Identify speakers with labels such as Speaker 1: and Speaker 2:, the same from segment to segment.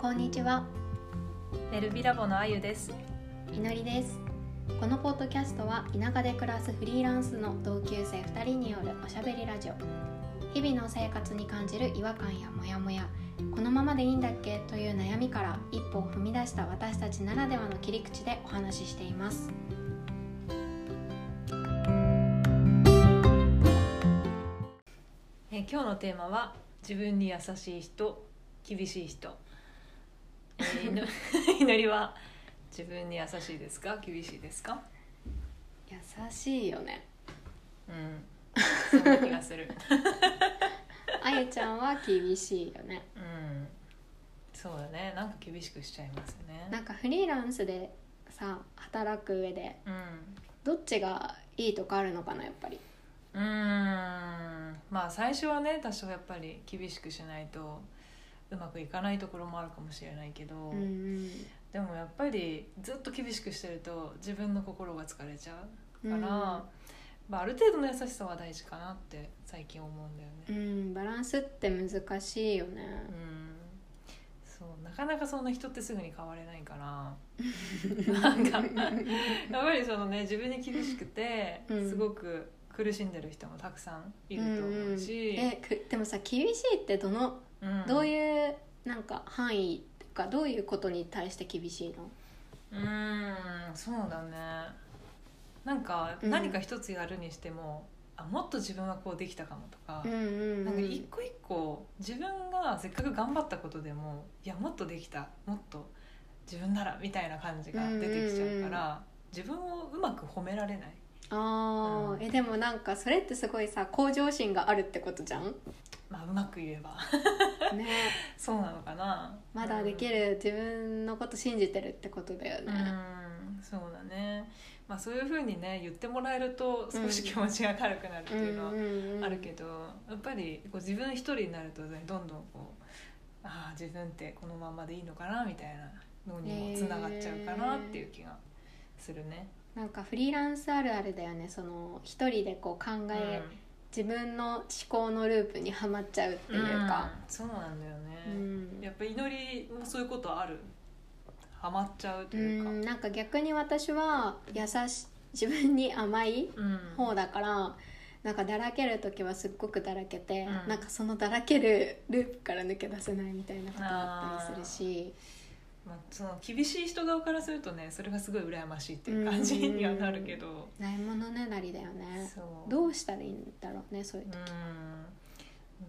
Speaker 1: こんにちは、
Speaker 2: エルビラボのあゆです。
Speaker 1: いのりですこのポッドキャストは田舎で暮らすフリーランスの同級生2人によるおしゃべりラジオ日々の生活に感じる違和感やモヤモヤこのままでいいんだっけという悩みから一歩を踏み出した私たちならではの切り口でお話ししています
Speaker 2: えー今日のテーマは自分に優しい人、厳しい人。えー いのいのりは自分に優しいですか、厳しいですか。
Speaker 1: 優しいよね
Speaker 2: うん。そんな気がする。
Speaker 1: あゆちゃんは厳しいよ ね
Speaker 2: うん。そうだね。なんか厳しくしちゃいますね。
Speaker 1: なんかフリーランスでさ働く上で
Speaker 2: うん。
Speaker 1: どっちがいいとかあるのかなやっぱり
Speaker 2: うーん。まあ最初はね、多少やっぱり厳しくしないとうまくいかないところもあるかもしれないけど。
Speaker 1: うんうん
Speaker 2: でもやっぱりずっと厳しくしてると自分の心が疲れちゃうか
Speaker 1: う
Speaker 2: ら、
Speaker 1: ん
Speaker 2: まあ、ある程度の優しさは大事かなって最近思うんだよ
Speaker 1: う
Speaker 2: ね。
Speaker 1: んバランスって難しいよね
Speaker 2: うんそうなかなかそんな人ってすぐに変われないからな んかやっぱりそのね自分に厳しくて
Speaker 1: うん
Speaker 2: すごく苦しんでる人もたくさんいると思うし、
Speaker 1: えくでもさ厳しいってどの
Speaker 2: うん
Speaker 1: どういうなんか範囲とかどういうことに対して厳しいの
Speaker 2: うーんそうだねなんか
Speaker 1: うん
Speaker 2: 何か一つやるにしても、あもっと自分はこうできたかもとか、
Speaker 1: うんうん
Speaker 2: なん
Speaker 1: う
Speaker 2: か一
Speaker 1: ん
Speaker 2: 個一個自分がせっかく頑張ったことでもいやもっとできたもっと自分ならみたいな感じが出てきちゃうから、自分をうまく褒められない
Speaker 1: あ
Speaker 2: う
Speaker 1: ー
Speaker 2: ん
Speaker 1: えでもなんかそれってすごいさ向上心があるってことじゃん
Speaker 2: まあうまく言えば
Speaker 1: ね
Speaker 2: そうなのかな
Speaker 1: まだできる自分のこと信じてるってことだよ
Speaker 2: う
Speaker 1: ね
Speaker 2: んそうだね、まあ、そういうふうにね言ってもらえると少し気持ちが軽くなるって
Speaker 1: うん
Speaker 2: いうのは
Speaker 1: うんうん
Speaker 2: あるけどやっぱりこう自分一人になるとねどんどんこうああ自分ってこのままでいいのかなみたいなのにもつながっちゃうかなっていう気がするね。
Speaker 1: なんかフリーランスあるあるだよねその一人でこう考え、自分の思考のループにはまっちゃうって
Speaker 2: うん
Speaker 1: いうか、
Speaker 2: うんそうなんだよね、
Speaker 1: うん
Speaker 2: やっぱ祈りもそういうことあるハマっちゃうと
Speaker 1: う
Speaker 2: いうか、
Speaker 1: んなんか逆に私は優し自分に甘い
Speaker 2: うん
Speaker 1: 方だからなんかだらける時はすっごくだらけて、
Speaker 2: うん
Speaker 1: なんかそのだらけるループから抜け出せないみたいなことあったりするし
Speaker 2: まあ、その厳しい人側からするとねそれがすごい羨ましいっていう感じにはなるけど、
Speaker 1: ないものねだりだよね
Speaker 2: そう
Speaker 1: どうしたらいいんだろうねそういう時、
Speaker 2: う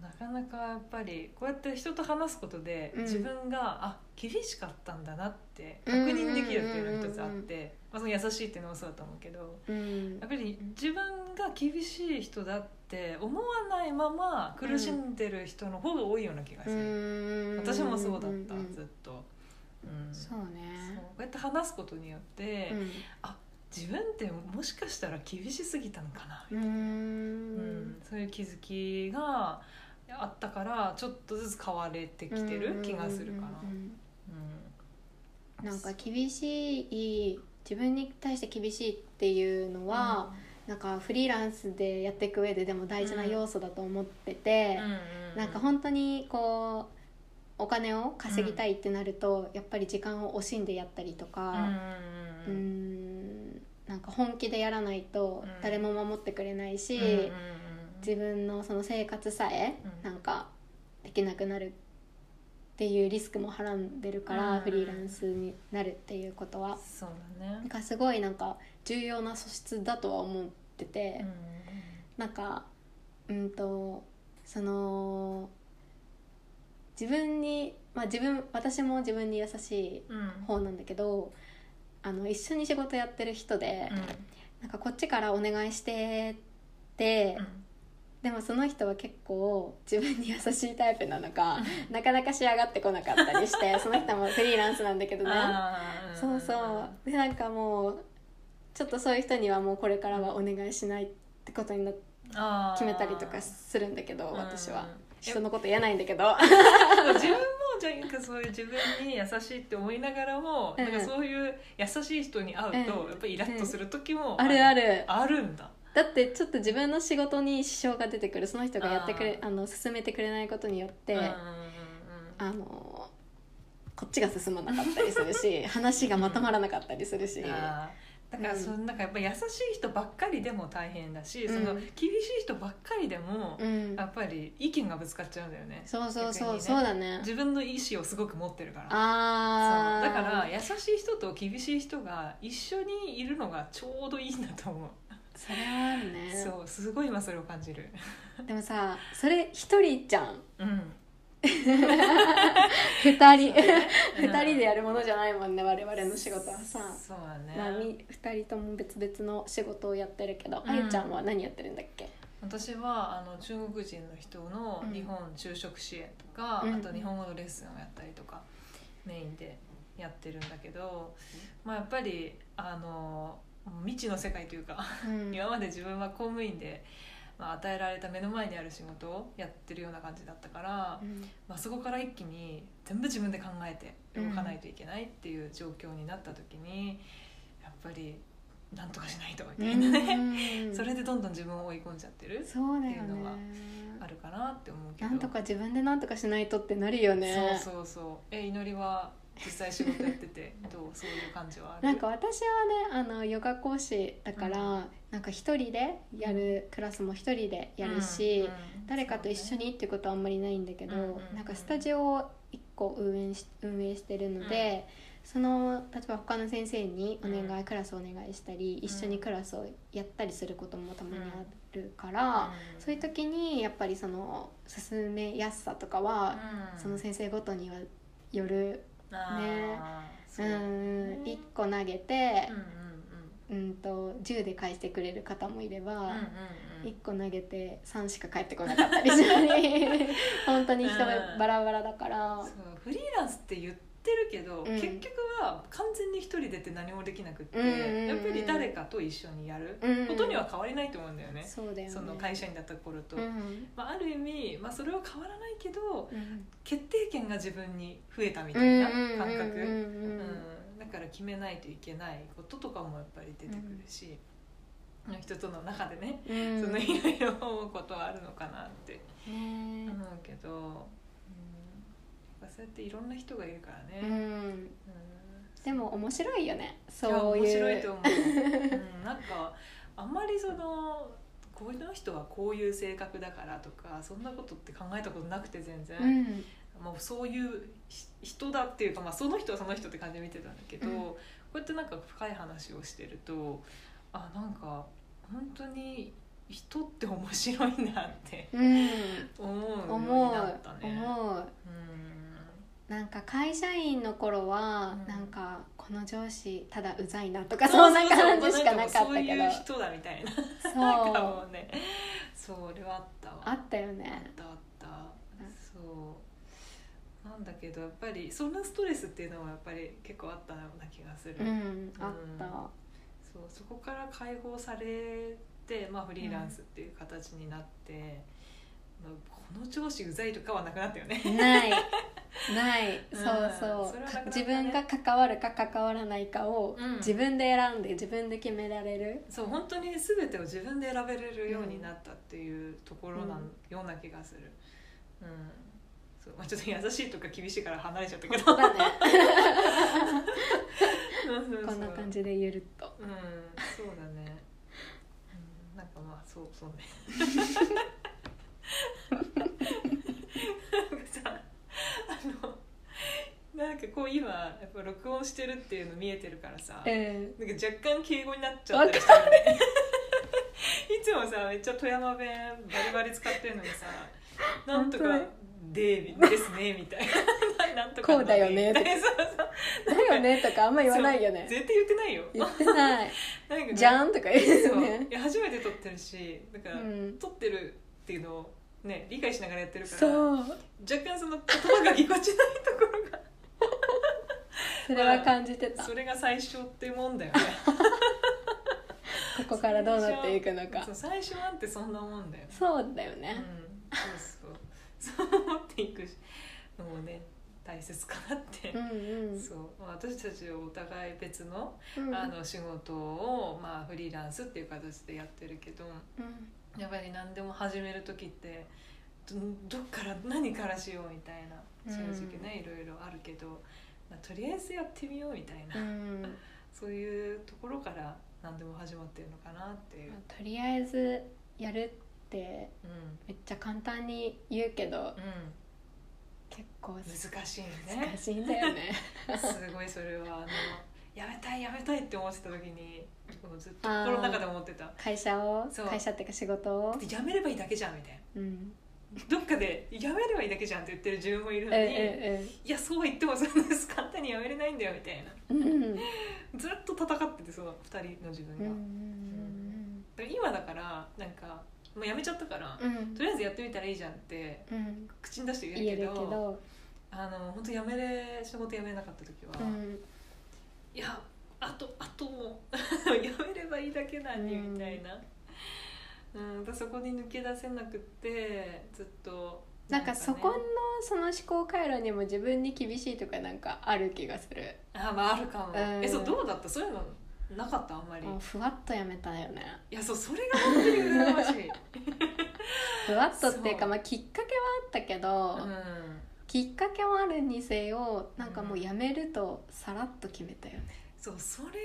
Speaker 2: んなかなかやっぱりこうやって人と話すことで、
Speaker 1: うん
Speaker 2: 自分があ厳しかったんだなって確認できるっていうのが一つあ
Speaker 1: うんうん
Speaker 2: っ
Speaker 1: うん
Speaker 2: て、まあ、その優しいっていうのもそうだと思うけど
Speaker 1: うん
Speaker 2: やっぱり自分が厳しい人だって思わないまま苦しんでる人の方が多いような気がする、
Speaker 1: うん
Speaker 2: 私もそうだった、
Speaker 1: うん
Speaker 2: ずっと、うん
Speaker 1: そう
Speaker 2: そう
Speaker 1: ね
Speaker 2: こうやって話すことによって、
Speaker 1: うん
Speaker 2: 自分ってもしかしたら厳しすぎたのかなみたいな
Speaker 1: うー
Speaker 2: うんん、そういう気づきがあったからちょっとずつ変われてきてる気がするかな。
Speaker 1: うんうんうん
Speaker 2: う
Speaker 1: うんなんか厳しい自分に対して厳しいっていうのは、なんかフリーランスでやっていく上ででも大事な要素だと思ってて、なんか本当にこうお金を稼ぎたいってなると、やっぱり時間を惜しんでやったりとか、うーん、なんか本気でやらないと
Speaker 2: うん
Speaker 1: 誰も守ってくれないし、自分のその生活さえ
Speaker 2: う
Speaker 1: な
Speaker 2: ん
Speaker 1: んかできなくなるっていうリスクもはらんでるから、
Speaker 2: うん
Speaker 1: フリーランスになるっていうことは
Speaker 2: そう
Speaker 1: なん
Speaker 2: だね。
Speaker 1: かすごいなんか重要な素質だとは思ってて、なんかうんとその自分にまあ自分私も自分に優し
Speaker 2: うんうん
Speaker 1: い方なんだけどあの一緒に仕事やってる人で、
Speaker 2: うん
Speaker 1: なんかこっちからお願いしてって、
Speaker 2: うん
Speaker 1: でもその人は結構自分に優しいタイプなのかなかなか仕上がってこなかったりして その人もフリーランスなんだけどね
Speaker 2: あー
Speaker 1: そうそうでなんかもうちょっとそういう人にはもうこれからはお願いしないってことになっ
Speaker 2: あー
Speaker 1: 決めたりとかするんだけど私は
Speaker 2: うんうん
Speaker 1: 人のこと言えないんだけ ど
Speaker 2: でも自分もじゃあなんかそういう自分に優しいって思いながらも、
Speaker 1: うん
Speaker 2: なんかそういう優しい人に会うと、
Speaker 1: うん
Speaker 2: やっぱりイラッとする時も
Speaker 1: あるある
Speaker 2: あるんだ。
Speaker 1: だってちょっと自分の仕事に支障が出てくるその人がやってくれ
Speaker 2: あ
Speaker 1: あの進めてくれないことによって
Speaker 2: うんうんうん
Speaker 1: あのこっちが進まなかったりする し話がまとまらなかったりするし、
Speaker 2: あーだから
Speaker 1: うん
Speaker 2: そのなんかやっぱ優しい人ばっかりでも大変だし、そ
Speaker 1: う
Speaker 2: の
Speaker 1: ん
Speaker 2: 厳しい人ばっかりでも
Speaker 1: うん
Speaker 2: や、っぱり意見がぶつかっちゃうんだよね
Speaker 1: そうそう
Speaker 2: 逆
Speaker 1: そ
Speaker 2: に
Speaker 1: う、
Speaker 2: ね
Speaker 1: そうだね
Speaker 2: 自分の意思をすごく持ってるから
Speaker 1: あ
Speaker 2: そう
Speaker 1: あ
Speaker 2: だから優しい人と厳しい人が一緒にいるのがちょうどいいんだと思う、
Speaker 1: それはあるね
Speaker 2: そうすごい今それを感じる
Speaker 1: でもさそれ一人じゃん
Speaker 2: うん
Speaker 1: 二人 二人でやるものじゃないもんね我々の仕事はさ
Speaker 2: そうだね、
Speaker 1: まあ、み二人とも別々の仕事をやってるけど、
Speaker 2: うん
Speaker 1: あゆちゃんは何やってるんだっけ
Speaker 2: 私はあの中国人の人の日本就職支援とか、
Speaker 1: うん
Speaker 2: あと日本語のレッスンをやったりとかメインでやってるんだけど、まあ、やっぱりあの未知の世界というか
Speaker 1: うん
Speaker 2: 今まで自分は公務員で、まあ、与えられた目の前にある仕事をやってるような感じだったから、まあ、そこから一気に全部自分で考えて動かないといけないっていう状況になった時に、やっぱりなんとかしないとみたいなね、
Speaker 1: うん
Speaker 2: それでどんどん自分を追い込んじゃってる
Speaker 1: そうだよ
Speaker 2: っていうのが
Speaker 1: ね
Speaker 2: あるかなって思うけ
Speaker 1: な
Speaker 2: ど
Speaker 1: んとか自分でなんとかしないとってなるよね
Speaker 2: そうそうそうえ祈りは実際仕事やっ ててどうそういう感じはある
Speaker 1: なんか私はねあのヨガ講師だから、なんか一人でやるクラスも一人でやるし、
Speaker 2: うんうん
Speaker 1: 誰かと一緒にっていうことはあんまりないんだけど、
Speaker 2: うんうんうん
Speaker 1: なんかスタジオを一個運営し運営してるので、その例えば他の先生にお願い、
Speaker 2: うん
Speaker 1: クラスお願いしたり
Speaker 2: ん
Speaker 1: 一緒にクラスをやったりすることもたまにあるか
Speaker 2: そう
Speaker 1: ら
Speaker 2: ね、
Speaker 1: そういう時にやっぱりその進めやすさとかは、
Speaker 2: うん
Speaker 1: その先生ごとにはよる、
Speaker 2: あー
Speaker 1: う
Speaker 2: そううん
Speaker 1: ん
Speaker 2: ね
Speaker 1: 1個投げて
Speaker 2: うん、
Speaker 1: うん、と10で返してくれる方もいれば。
Speaker 2: うんうんうんうん
Speaker 1: 1個投げて3しか返ってこなかったりした り本当に人
Speaker 2: う
Speaker 1: が
Speaker 2: ん
Speaker 1: バラバラだから、
Speaker 2: そうフリーランスって言ってるけど、
Speaker 1: ん
Speaker 2: 結局は完全に一人でって何もできなくって、
Speaker 1: うんうんうん
Speaker 2: やっぱり誰かと一緒にやる
Speaker 1: うんうん
Speaker 2: ことには変わりないと思うんだよね、
Speaker 1: そうだよね
Speaker 2: その会社員だった頃と、
Speaker 1: うん
Speaker 2: まあ、ある意味、まあ、それは変わらないけど
Speaker 1: うん
Speaker 2: 決定権が自分に増えたみたいな感覚、
Speaker 1: うんうんうんうん
Speaker 2: うんだから決めないといけないこととかもやっぱり出てくるし、人との中でね、
Speaker 1: うん
Speaker 2: その
Speaker 1: ね
Speaker 2: いろいろ思うことはあるのかなって
Speaker 1: え
Speaker 2: 思うけど、うん、やっぱそうやっていろんな人がいるからね、
Speaker 1: う
Speaker 2: うん
Speaker 1: んでも面白いよね
Speaker 2: いや
Speaker 1: そういう
Speaker 2: 面白いと思う、うん、なんかあんまりそのこの人はこういう性格だからとかそんなことって考えたことなくて全然、
Speaker 1: うん
Speaker 2: もうそういうひ人だっていうか、まあ、その人はその人って感じで見てたんだけど、
Speaker 1: うん
Speaker 2: こうやってなんか深い話をしてるとあなんか本当に人って面白いなって
Speaker 1: うん
Speaker 2: 思うよう
Speaker 1: 思
Speaker 2: にな
Speaker 1: う
Speaker 2: ったね。
Speaker 1: 思う
Speaker 2: うん
Speaker 1: なんか会社員の頃は、
Speaker 2: うん
Speaker 1: なんかこの上司ただうざいなとかそんな感じしかなかったけど
Speaker 2: そういう人だみたいな
Speaker 1: そう
Speaker 2: なんかもうねそう俺はあったわ
Speaker 1: あ
Speaker 2: あっ
Speaker 1: ったよね
Speaker 2: たあった
Speaker 1: うん
Speaker 2: そうなんだけどやっぱりそのストレスっていうのもやっぱり結構あったような気がする、
Speaker 1: うんあった、
Speaker 2: そうそこから解放されて、まあ、フリーランスっていう形になって、まあこの上司うざいとかはなくなったよね
Speaker 1: ないない、
Speaker 2: うん
Speaker 1: そうそ
Speaker 2: そ
Speaker 1: う
Speaker 2: れはなくなったね
Speaker 1: 自分が関わるか関わらないかを
Speaker 2: うん
Speaker 1: 自分で選んで自分で決められ る、
Speaker 2: そう本当に全てを自分で選べれるようになったっていうところな、
Speaker 1: うん
Speaker 2: ような気がする、うんそうまあ、ちょっと優しいとか厳しいから離れちゃったけど
Speaker 1: だね
Speaker 2: うんそうそう
Speaker 1: こんな感じでゆるっと
Speaker 2: うんそうだね、うん、なんかまあそうそうねなんかさあのなんかこう今やっぱ録音してるっていうの見えてるからさ、
Speaker 1: うん
Speaker 2: なんか若干敬語になっちゃったりしたよねいつもさめっちゃ富山弁バリバリ使ってるのにさ「なんとか
Speaker 1: 本
Speaker 2: でですね」みたいな「 なんとかの
Speaker 1: こうだよね
Speaker 2: みたいなそうそう
Speaker 1: だよねとかあんま言わないよね
Speaker 2: そう絶対言ってないよ
Speaker 1: 言って ない
Speaker 2: なんか
Speaker 1: じゃんとか言う
Speaker 2: そ
Speaker 1: よ
Speaker 2: う
Speaker 1: ね
Speaker 2: いや初めて撮ってるしだから、
Speaker 1: うん
Speaker 2: 撮ってるっていうのをね理解しながらやってるから若
Speaker 1: そう
Speaker 2: 干その言葉がぎこちないところが
Speaker 1: それは感じて た、
Speaker 2: それが最初ってもんだよね
Speaker 1: ここからどうなっていくのか
Speaker 2: そう最初なんてそんなもんだよね
Speaker 1: そうだよ
Speaker 2: うん
Speaker 1: ね、
Speaker 2: そう そうそう思っていくしのもね大切かなって、
Speaker 1: うん、うん
Speaker 2: そうまあ私たちはお互い別の,、
Speaker 1: うん
Speaker 2: あの仕事を、まあ、フリーランスっていう形でやってるけど
Speaker 1: うん
Speaker 2: やっぱり何でも始める時ってどどっから何からしようみたいな
Speaker 1: うん
Speaker 2: 正直ね、いろいろあるけどまあとりあえずやってみようみたいな、
Speaker 1: うんま
Speaker 2: そういうところから何でも始まってるのかなっていう、
Speaker 1: あとりあえずやるって
Speaker 2: うん
Speaker 1: めっちゃ簡単に言うけど
Speaker 2: う
Speaker 1: 結構
Speaker 2: ん、難しいね
Speaker 1: 難しいんだよね
Speaker 2: すごいそれはあのやめたいやめたいって思ってた時にもうずっと心の中で思ってた
Speaker 1: 会社を
Speaker 2: そう
Speaker 1: 会社っていうか仕事を、
Speaker 2: でやめればいいだけじゃんみたいな
Speaker 1: うん、
Speaker 2: どっかでやめればいいだけじゃんって言ってる自分もいる
Speaker 1: うん
Speaker 2: のに、
Speaker 1: うん
Speaker 2: いやそうは言ってもそんな簡単にやめれないんだよみたいな
Speaker 1: うんうん
Speaker 2: ずっと戦っててその2人の自分
Speaker 1: う
Speaker 2: が、
Speaker 1: ん
Speaker 2: で今だからなんかもうやめちゃったから、
Speaker 1: うん
Speaker 2: とりあえずやってみたらいいじゃんって
Speaker 1: うん
Speaker 2: 口に出して言
Speaker 1: 言
Speaker 2: え
Speaker 1: え
Speaker 2: る
Speaker 1: る
Speaker 2: け
Speaker 1: け
Speaker 2: ど
Speaker 1: ど、
Speaker 2: あの本当やめれ仕事辞めれなかった時は、
Speaker 1: うん、
Speaker 2: いやあとあともう やめればいいだけなのに
Speaker 1: うん
Speaker 2: みたいな、うんだからそこに抜け出せなくってずっと
Speaker 1: なんか
Speaker 2: ね
Speaker 1: そこのその思考回路にも自分に厳しいとかなんかある気がする
Speaker 2: あまああるかも、
Speaker 1: うん
Speaker 2: えそうどうだったそういうのなかったあんまり、
Speaker 1: もう
Speaker 2: い
Speaker 1: ふわっとやめたよね
Speaker 2: やそうそれが本当に羨ましい、
Speaker 1: ふわっとっていう
Speaker 2: そ
Speaker 1: か
Speaker 2: う
Speaker 1: まあきっかけはあったけど、
Speaker 2: うん、
Speaker 1: きっかけはあるにせよなんかもうやめるとさらっと決めたよね、
Speaker 2: そうそれ がね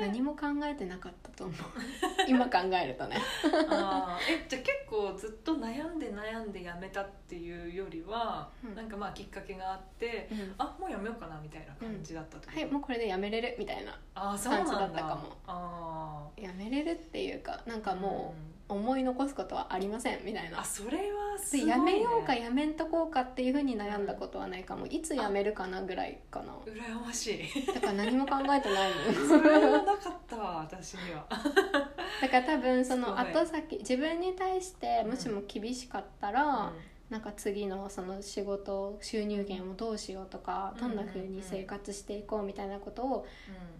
Speaker 1: 何も考えてなかったと思う 今考えるとね
Speaker 2: あーえじゃあ結構ずっと悩んで悩んでやめたっていうよりは、
Speaker 1: うん
Speaker 2: なんかまあきっかけがあって
Speaker 1: うん
Speaker 2: あもうやめようかなみたいな感じだったと、
Speaker 1: はいもうこれでやめれるみたいな
Speaker 2: ああそうなんだ
Speaker 1: 感じだったかも
Speaker 2: あ
Speaker 1: やめれるっていうかなん
Speaker 2: あ
Speaker 1: かもう思い残すことはありませんみたい
Speaker 2: あ
Speaker 1: な、
Speaker 2: それはす
Speaker 1: で
Speaker 2: ごい、ね、
Speaker 1: やめようかやめんとこうかっていうふうに悩んだことはないかもいつやめるかなぐらいかな
Speaker 2: 羨ましい
Speaker 1: だから何も考えてないの
Speaker 2: それはなかったわ私には
Speaker 1: だから多分その
Speaker 2: すごい
Speaker 1: 後先自分に対してもしも厳しかったら、
Speaker 2: うん
Speaker 1: なんか次のその仕事収入源をどうしようとか
Speaker 2: う
Speaker 1: ど
Speaker 2: ん
Speaker 1: んな風に生活していこうみたいなことを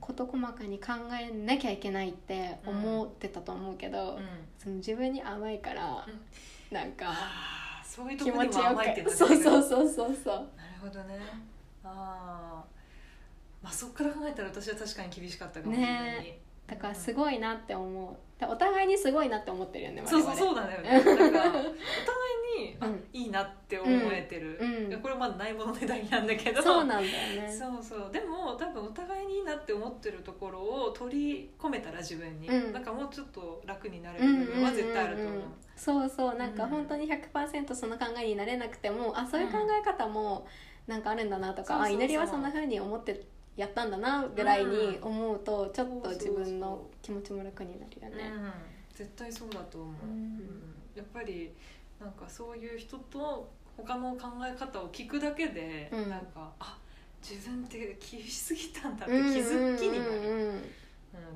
Speaker 1: 事細かに考えなきゃいけないって思ってたと思うけど、
Speaker 2: うん
Speaker 1: その自分に甘いから、なんか
Speaker 2: ああそういうと
Speaker 1: 気
Speaker 2: こ
Speaker 1: 持
Speaker 2: に
Speaker 1: ち
Speaker 2: も
Speaker 1: よ
Speaker 2: 甘いってな
Speaker 1: く
Speaker 2: っ
Speaker 1: そうそう
Speaker 2: う
Speaker 1: そうそうそう
Speaker 2: なるほどねああまあそっから考えたら私は確かに厳しかったかもしれない
Speaker 1: ねだからすごいなって思うだからお互いにすごいなって思ってるよね
Speaker 2: そうそうそううなんだよねなんかお互いに、あ
Speaker 1: うん
Speaker 2: いいなって思えてる、
Speaker 1: うんうん
Speaker 2: これまだないものねだりなんだけど
Speaker 1: そうなんだよね
Speaker 2: そうそうでも多分お互いにいいなって思ってるところを取り込めたら自分に、
Speaker 1: うん
Speaker 2: なんかもうちょっと楽になれ
Speaker 1: うん
Speaker 2: る
Speaker 1: うん
Speaker 2: 部
Speaker 1: うんう
Speaker 2: 分
Speaker 1: ん
Speaker 2: は絶対あると思う、
Speaker 1: そうそうなんか
Speaker 2: うん
Speaker 1: 本当に100%その考えになれなくてもあそういう考え方もなんかあるんだなとか、
Speaker 2: そうそうそう
Speaker 1: あ祈りはそんな風に思ってやったんだなぐらいに思うと、ちょっと自分の気持ちも楽になるよね。
Speaker 2: うん絶対そうだと思う、
Speaker 1: うん
Speaker 2: やっぱりなんかそういう人と他の考え方を聞くだけで、
Speaker 1: うん
Speaker 2: なんかあ自分って厳しすぎたんだって
Speaker 1: う
Speaker 2: 気
Speaker 1: ん
Speaker 2: づきになる、
Speaker 1: うんうん
Speaker 2: うん、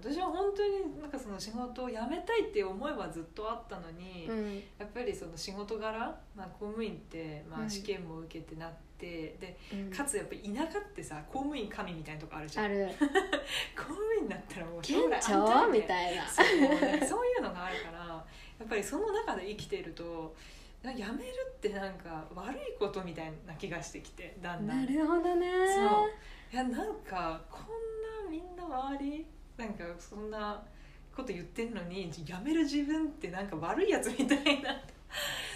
Speaker 2: 私は本当になんかその仕事を辞めたいっていう思いはずっとあったのに、
Speaker 1: うんうん
Speaker 2: やっぱりその仕事柄、まあ、公務員ってま
Speaker 1: う
Speaker 2: あ
Speaker 1: ん
Speaker 2: 試験も受けてなって、で
Speaker 1: うん
Speaker 2: かつやっぱり田舎ってさ公務員神みたいなとこあるじゃん
Speaker 1: ある
Speaker 2: 公務員だったら
Speaker 1: 「
Speaker 2: もう
Speaker 1: 県
Speaker 2: 将来安
Speaker 1: 庁?」
Speaker 2: 泰
Speaker 1: みたいな。
Speaker 2: そうねそういうのがあるからやっぱりその中で生きているとなんか辞めるってなんか悪いことみたいな気がしてきてだんだん。
Speaker 1: なるほどね。
Speaker 2: そういやなんかこんなみんな周りなんかそんなこと言ってんのに辞める自分ってなんか悪いやつみたいな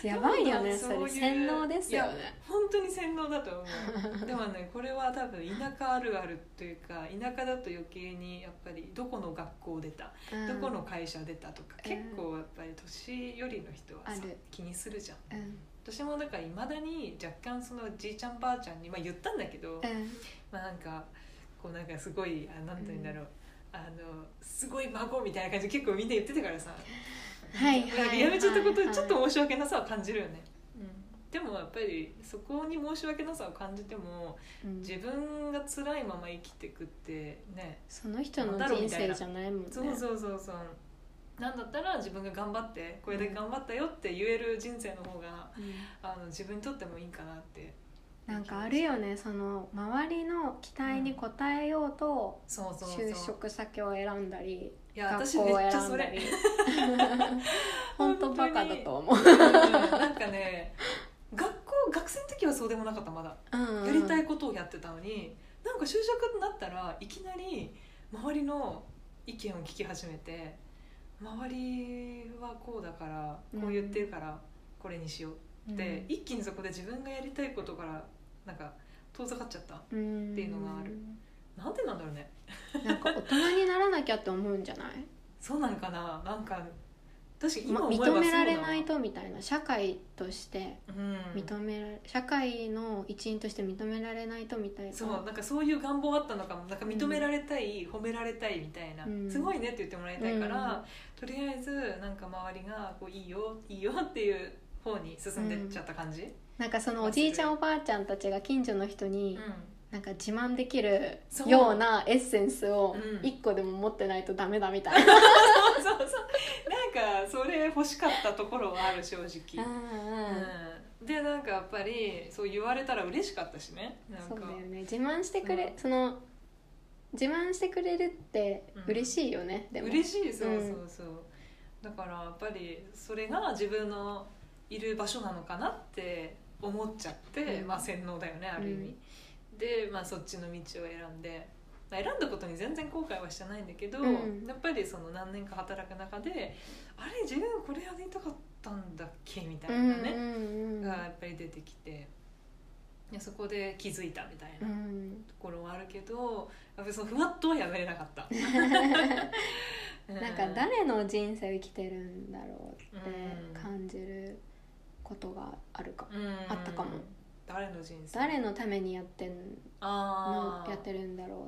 Speaker 1: やばいよね
Speaker 2: そ
Speaker 1: そう
Speaker 2: いう
Speaker 1: れ洗脳ですよ
Speaker 2: いや
Speaker 1: ね。
Speaker 2: 本当に洗脳だと思 うでもねこれは多分田舎あるあるというか田舎だと余計にやっぱりどこの学校出た
Speaker 1: うん
Speaker 2: どこの会社出たとか
Speaker 1: うん
Speaker 2: 結構やっぱり年寄りの人はさ
Speaker 1: ある
Speaker 2: 気にするじゃん
Speaker 1: うん
Speaker 2: 私もだからいまだに若干そのじいちゃんばあちゃんに、まあ、言ったんだけど、
Speaker 1: うん
Speaker 2: まあなんかこうなんかすごいあなんて言うんだろう、あのすごい孫みたいな感じで結構みんな言ってたからさ、
Speaker 1: はい
Speaker 2: なんか
Speaker 1: はい
Speaker 2: やめちゃったこと
Speaker 1: はい
Speaker 2: にちょっと申し訳なさを感じるよね、でもやっぱりそこに申し訳なさを感じても
Speaker 1: うん
Speaker 2: 自分が辛いまま生きてくってね
Speaker 1: その人の人生じゃないもんね。
Speaker 2: そうそうそうそうなんだったら自分が頑張ってこれで頑張ったよって言える人生の方が
Speaker 1: うん
Speaker 2: あの自分にとってもいいかなって
Speaker 1: なんかあるよねその周りの期待に応えようと
Speaker 2: そうそうそう
Speaker 1: 就職先を選んだり、
Speaker 2: いや私
Speaker 1: 学
Speaker 2: め
Speaker 1: 校を
Speaker 2: っちゃ
Speaker 1: 選
Speaker 2: そ
Speaker 1: んだ
Speaker 2: れ
Speaker 1: り 本当バカだと思う、
Speaker 2: うん なんかね学校学生の時はそうでもなかったまだ
Speaker 1: うんうん
Speaker 2: やりたいことをやってたのに、なんか就職になったらいきなり周りの意見を聞き始めて周りはこうだからこう言ってるからこれにしようって、一気にそこで自分がやりたいことからなんか遠ざかっちゃった
Speaker 1: うん
Speaker 2: っていうのがあるなんでなんだろうね
Speaker 1: なんか大人にならなきゃって思うんじゃない
Speaker 2: そうなんかななんか確かに今
Speaker 1: ま
Speaker 2: 思えばそう
Speaker 1: 認
Speaker 2: だ
Speaker 1: められないとみたいな社会として
Speaker 2: うん
Speaker 1: 認められ、社会の一員として認められないとみたいな
Speaker 2: そうなんかそういう願望あったのかもなんか認められたい、褒められたいみたいな、
Speaker 1: うん
Speaker 2: すごいねって言ってもらいたいから、
Speaker 1: うん
Speaker 2: とりあえずなんか周りがこういいよいいよっていう方に進んでっちゃった感じ、
Speaker 1: なんかそのおじいちゃんおばあちゃんたちが近所の人
Speaker 2: う
Speaker 1: に
Speaker 2: ん
Speaker 1: なんか自慢できる
Speaker 2: そう
Speaker 1: ようなエッセンスを
Speaker 2: うん
Speaker 1: 一個でも持ってないとダメだみたいな
Speaker 2: そうそうそうなんかそれ欲しかったところはある正直、 うんでなんかやっぱりそう言われたら嬉しかったしねなんか
Speaker 1: そうだよね自慢してくれ
Speaker 2: う
Speaker 1: その自慢してくれるって嬉しいよね、でも
Speaker 2: 嬉しいそう
Speaker 1: うん
Speaker 2: そうそう、だからやっぱりそれが自分のいる場所なのかなって思っちゃって、
Speaker 1: うん
Speaker 2: まあ洗脳だよねある意味、で、まあ、そっちの道を選んで、まあ、選んだことに全然後悔はしてないんだけど、
Speaker 1: うん
Speaker 2: やっぱりその何年か働く中であれ自分これやりたかったんだっけみたいな
Speaker 1: うん
Speaker 2: ね、
Speaker 1: うんうん
Speaker 2: がやっぱり出てきていやそこで気づいたみたいな
Speaker 1: う、ん
Speaker 2: ところはあるけどやっぱりそのふわっとはやめれなかった。
Speaker 1: なんか
Speaker 2: う
Speaker 1: 誰の人生生きてるんだろうって
Speaker 2: うん
Speaker 1: 感じることがあるか、
Speaker 2: うん
Speaker 1: あったかも
Speaker 2: 誰の人生
Speaker 1: 誰のためにやってん
Speaker 2: あ
Speaker 1: の
Speaker 2: ー
Speaker 1: やってるんだろ
Speaker 2: う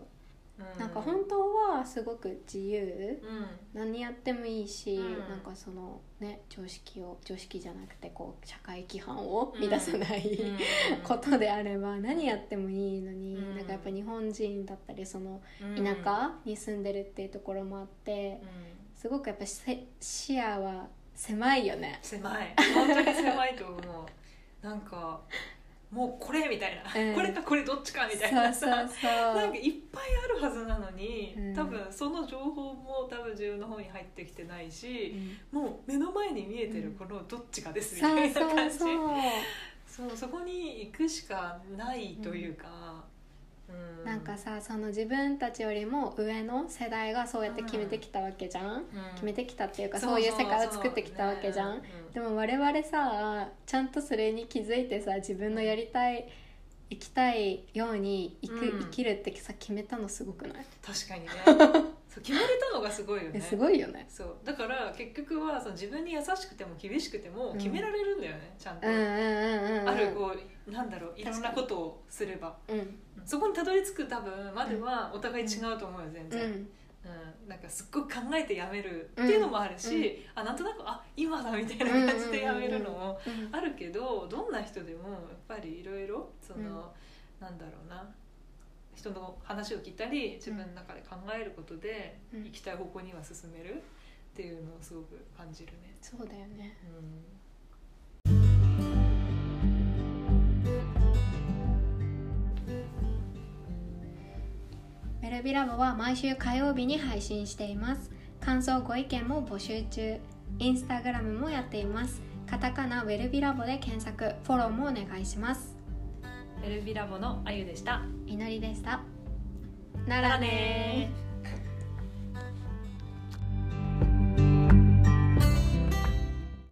Speaker 1: うなんか本当はすごく自由
Speaker 2: うん
Speaker 1: 何やってもいいし、
Speaker 2: うん
Speaker 1: なんかそのね常識を常識じゃなくてこう社会規範を
Speaker 2: うん
Speaker 1: 乱さない、
Speaker 2: うん
Speaker 1: ことであれば何やってもいいのに、
Speaker 2: うん
Speaker 1: なんかやっぱ日本人だったりその
Speaker 2: うん
Speaker 1: 田舎に住んでるっていうところもあって
Speaker 2: うん
Speaker 1: すごくやっぱせ視野は狭いよね
Speaker 2: 狭い本当に狭いと思うなんかもうこれみたいな、
Speaker 1: うん
Speaker 2: これかこれどっちかみ
Speaker 1: そ
Speaker 2: た
Speaker 1: う
Speaker 2: いな
Speaker 1: そ
Speaker 2: さ
Speaker 1: うそう
Speaker 2: なんかいっぱいあるはずなのに、
Speaker 1: うん
Speaker 2: 多分その情報も多分自分の方に入ってきてないし、もう目の前に見えてるこのどっちかですみた
Speaker 1: う
Speaker 2: い
Speaker 1: ん
Speaker 2: な
Speaker 1: そうそう
Speaker 2: 感じ、
Speaker 1: そう
Speaker 2: そうそこに行くしかないというか、うん
Speaker 1: なんかさその自分たちよりも上の世代がそうやって決めてきたわけじゃん、
Speaker 2: うん
Speaker 1: 決めてきたっていうか
Speaker 2: そ
Speaker 1: そういう世界を作ってきたわけじゃん、
Speaker 2: ね
Speaker 1: でも我々さちゃんとそれに気づいてさ自分のやりたい生きたいように生く、
Speaker 2: うん
Speaker 1: 生きるってさ決めたのすごくない、
Speaker 2: 確かに ねそう決めれたのがすごいよ
Speaker 1: え
Speaker 2: ね
Speaker 1: すごいよね
Speaker 2: そうだから結局はその自分に優しくても厳しくても
Speaker 1: うん
Speaker 2: 決められるんだよね、ちゃんと、
Speaker 1: うんうんうんうん
Speaker 2: あるこうなんだろういろんなことをすれば
Speaker 1: うん
Speaker 2: そこにたどり着く多分まではお互い違うと思うよ全
Speaker 1: う
Speaker 2: 然、
Speaker 1: ん
Speaker 2: うん、なんかすっごく考えてやめるっていうのもあるし、
Speaker 1: うんうん
Speaker 2: あなんとなくあ今だみたいな感じでやめるのも
Speaker 1: うん
Speaker 2: あるけどどんな人でもやっぱりいろいろその、
Speaker 1: うん
Speaker 2: なんだろうな人の話を聞いたり自分の中で考えることで
Speaker 1: うん
Speaker 2: 行きたい方向には進めるっていうのをすごく感じるね。
Speaker 1: そうだよね
Speaker 2: うん
Speaker 1: メルビラボは毎週火曜日に配信しています感想ご意見も募集中インスタグラムもやっていますカタカナウェルビラボで検索フォローもお願いします
Speaker 2: エルビラボのあゆでした。
Speaker 1: いのりでしたな
Speaker 2: な
Speaker 1: ら
Speaker 2: らね
Speaker 1: ね
Speaker 2: ー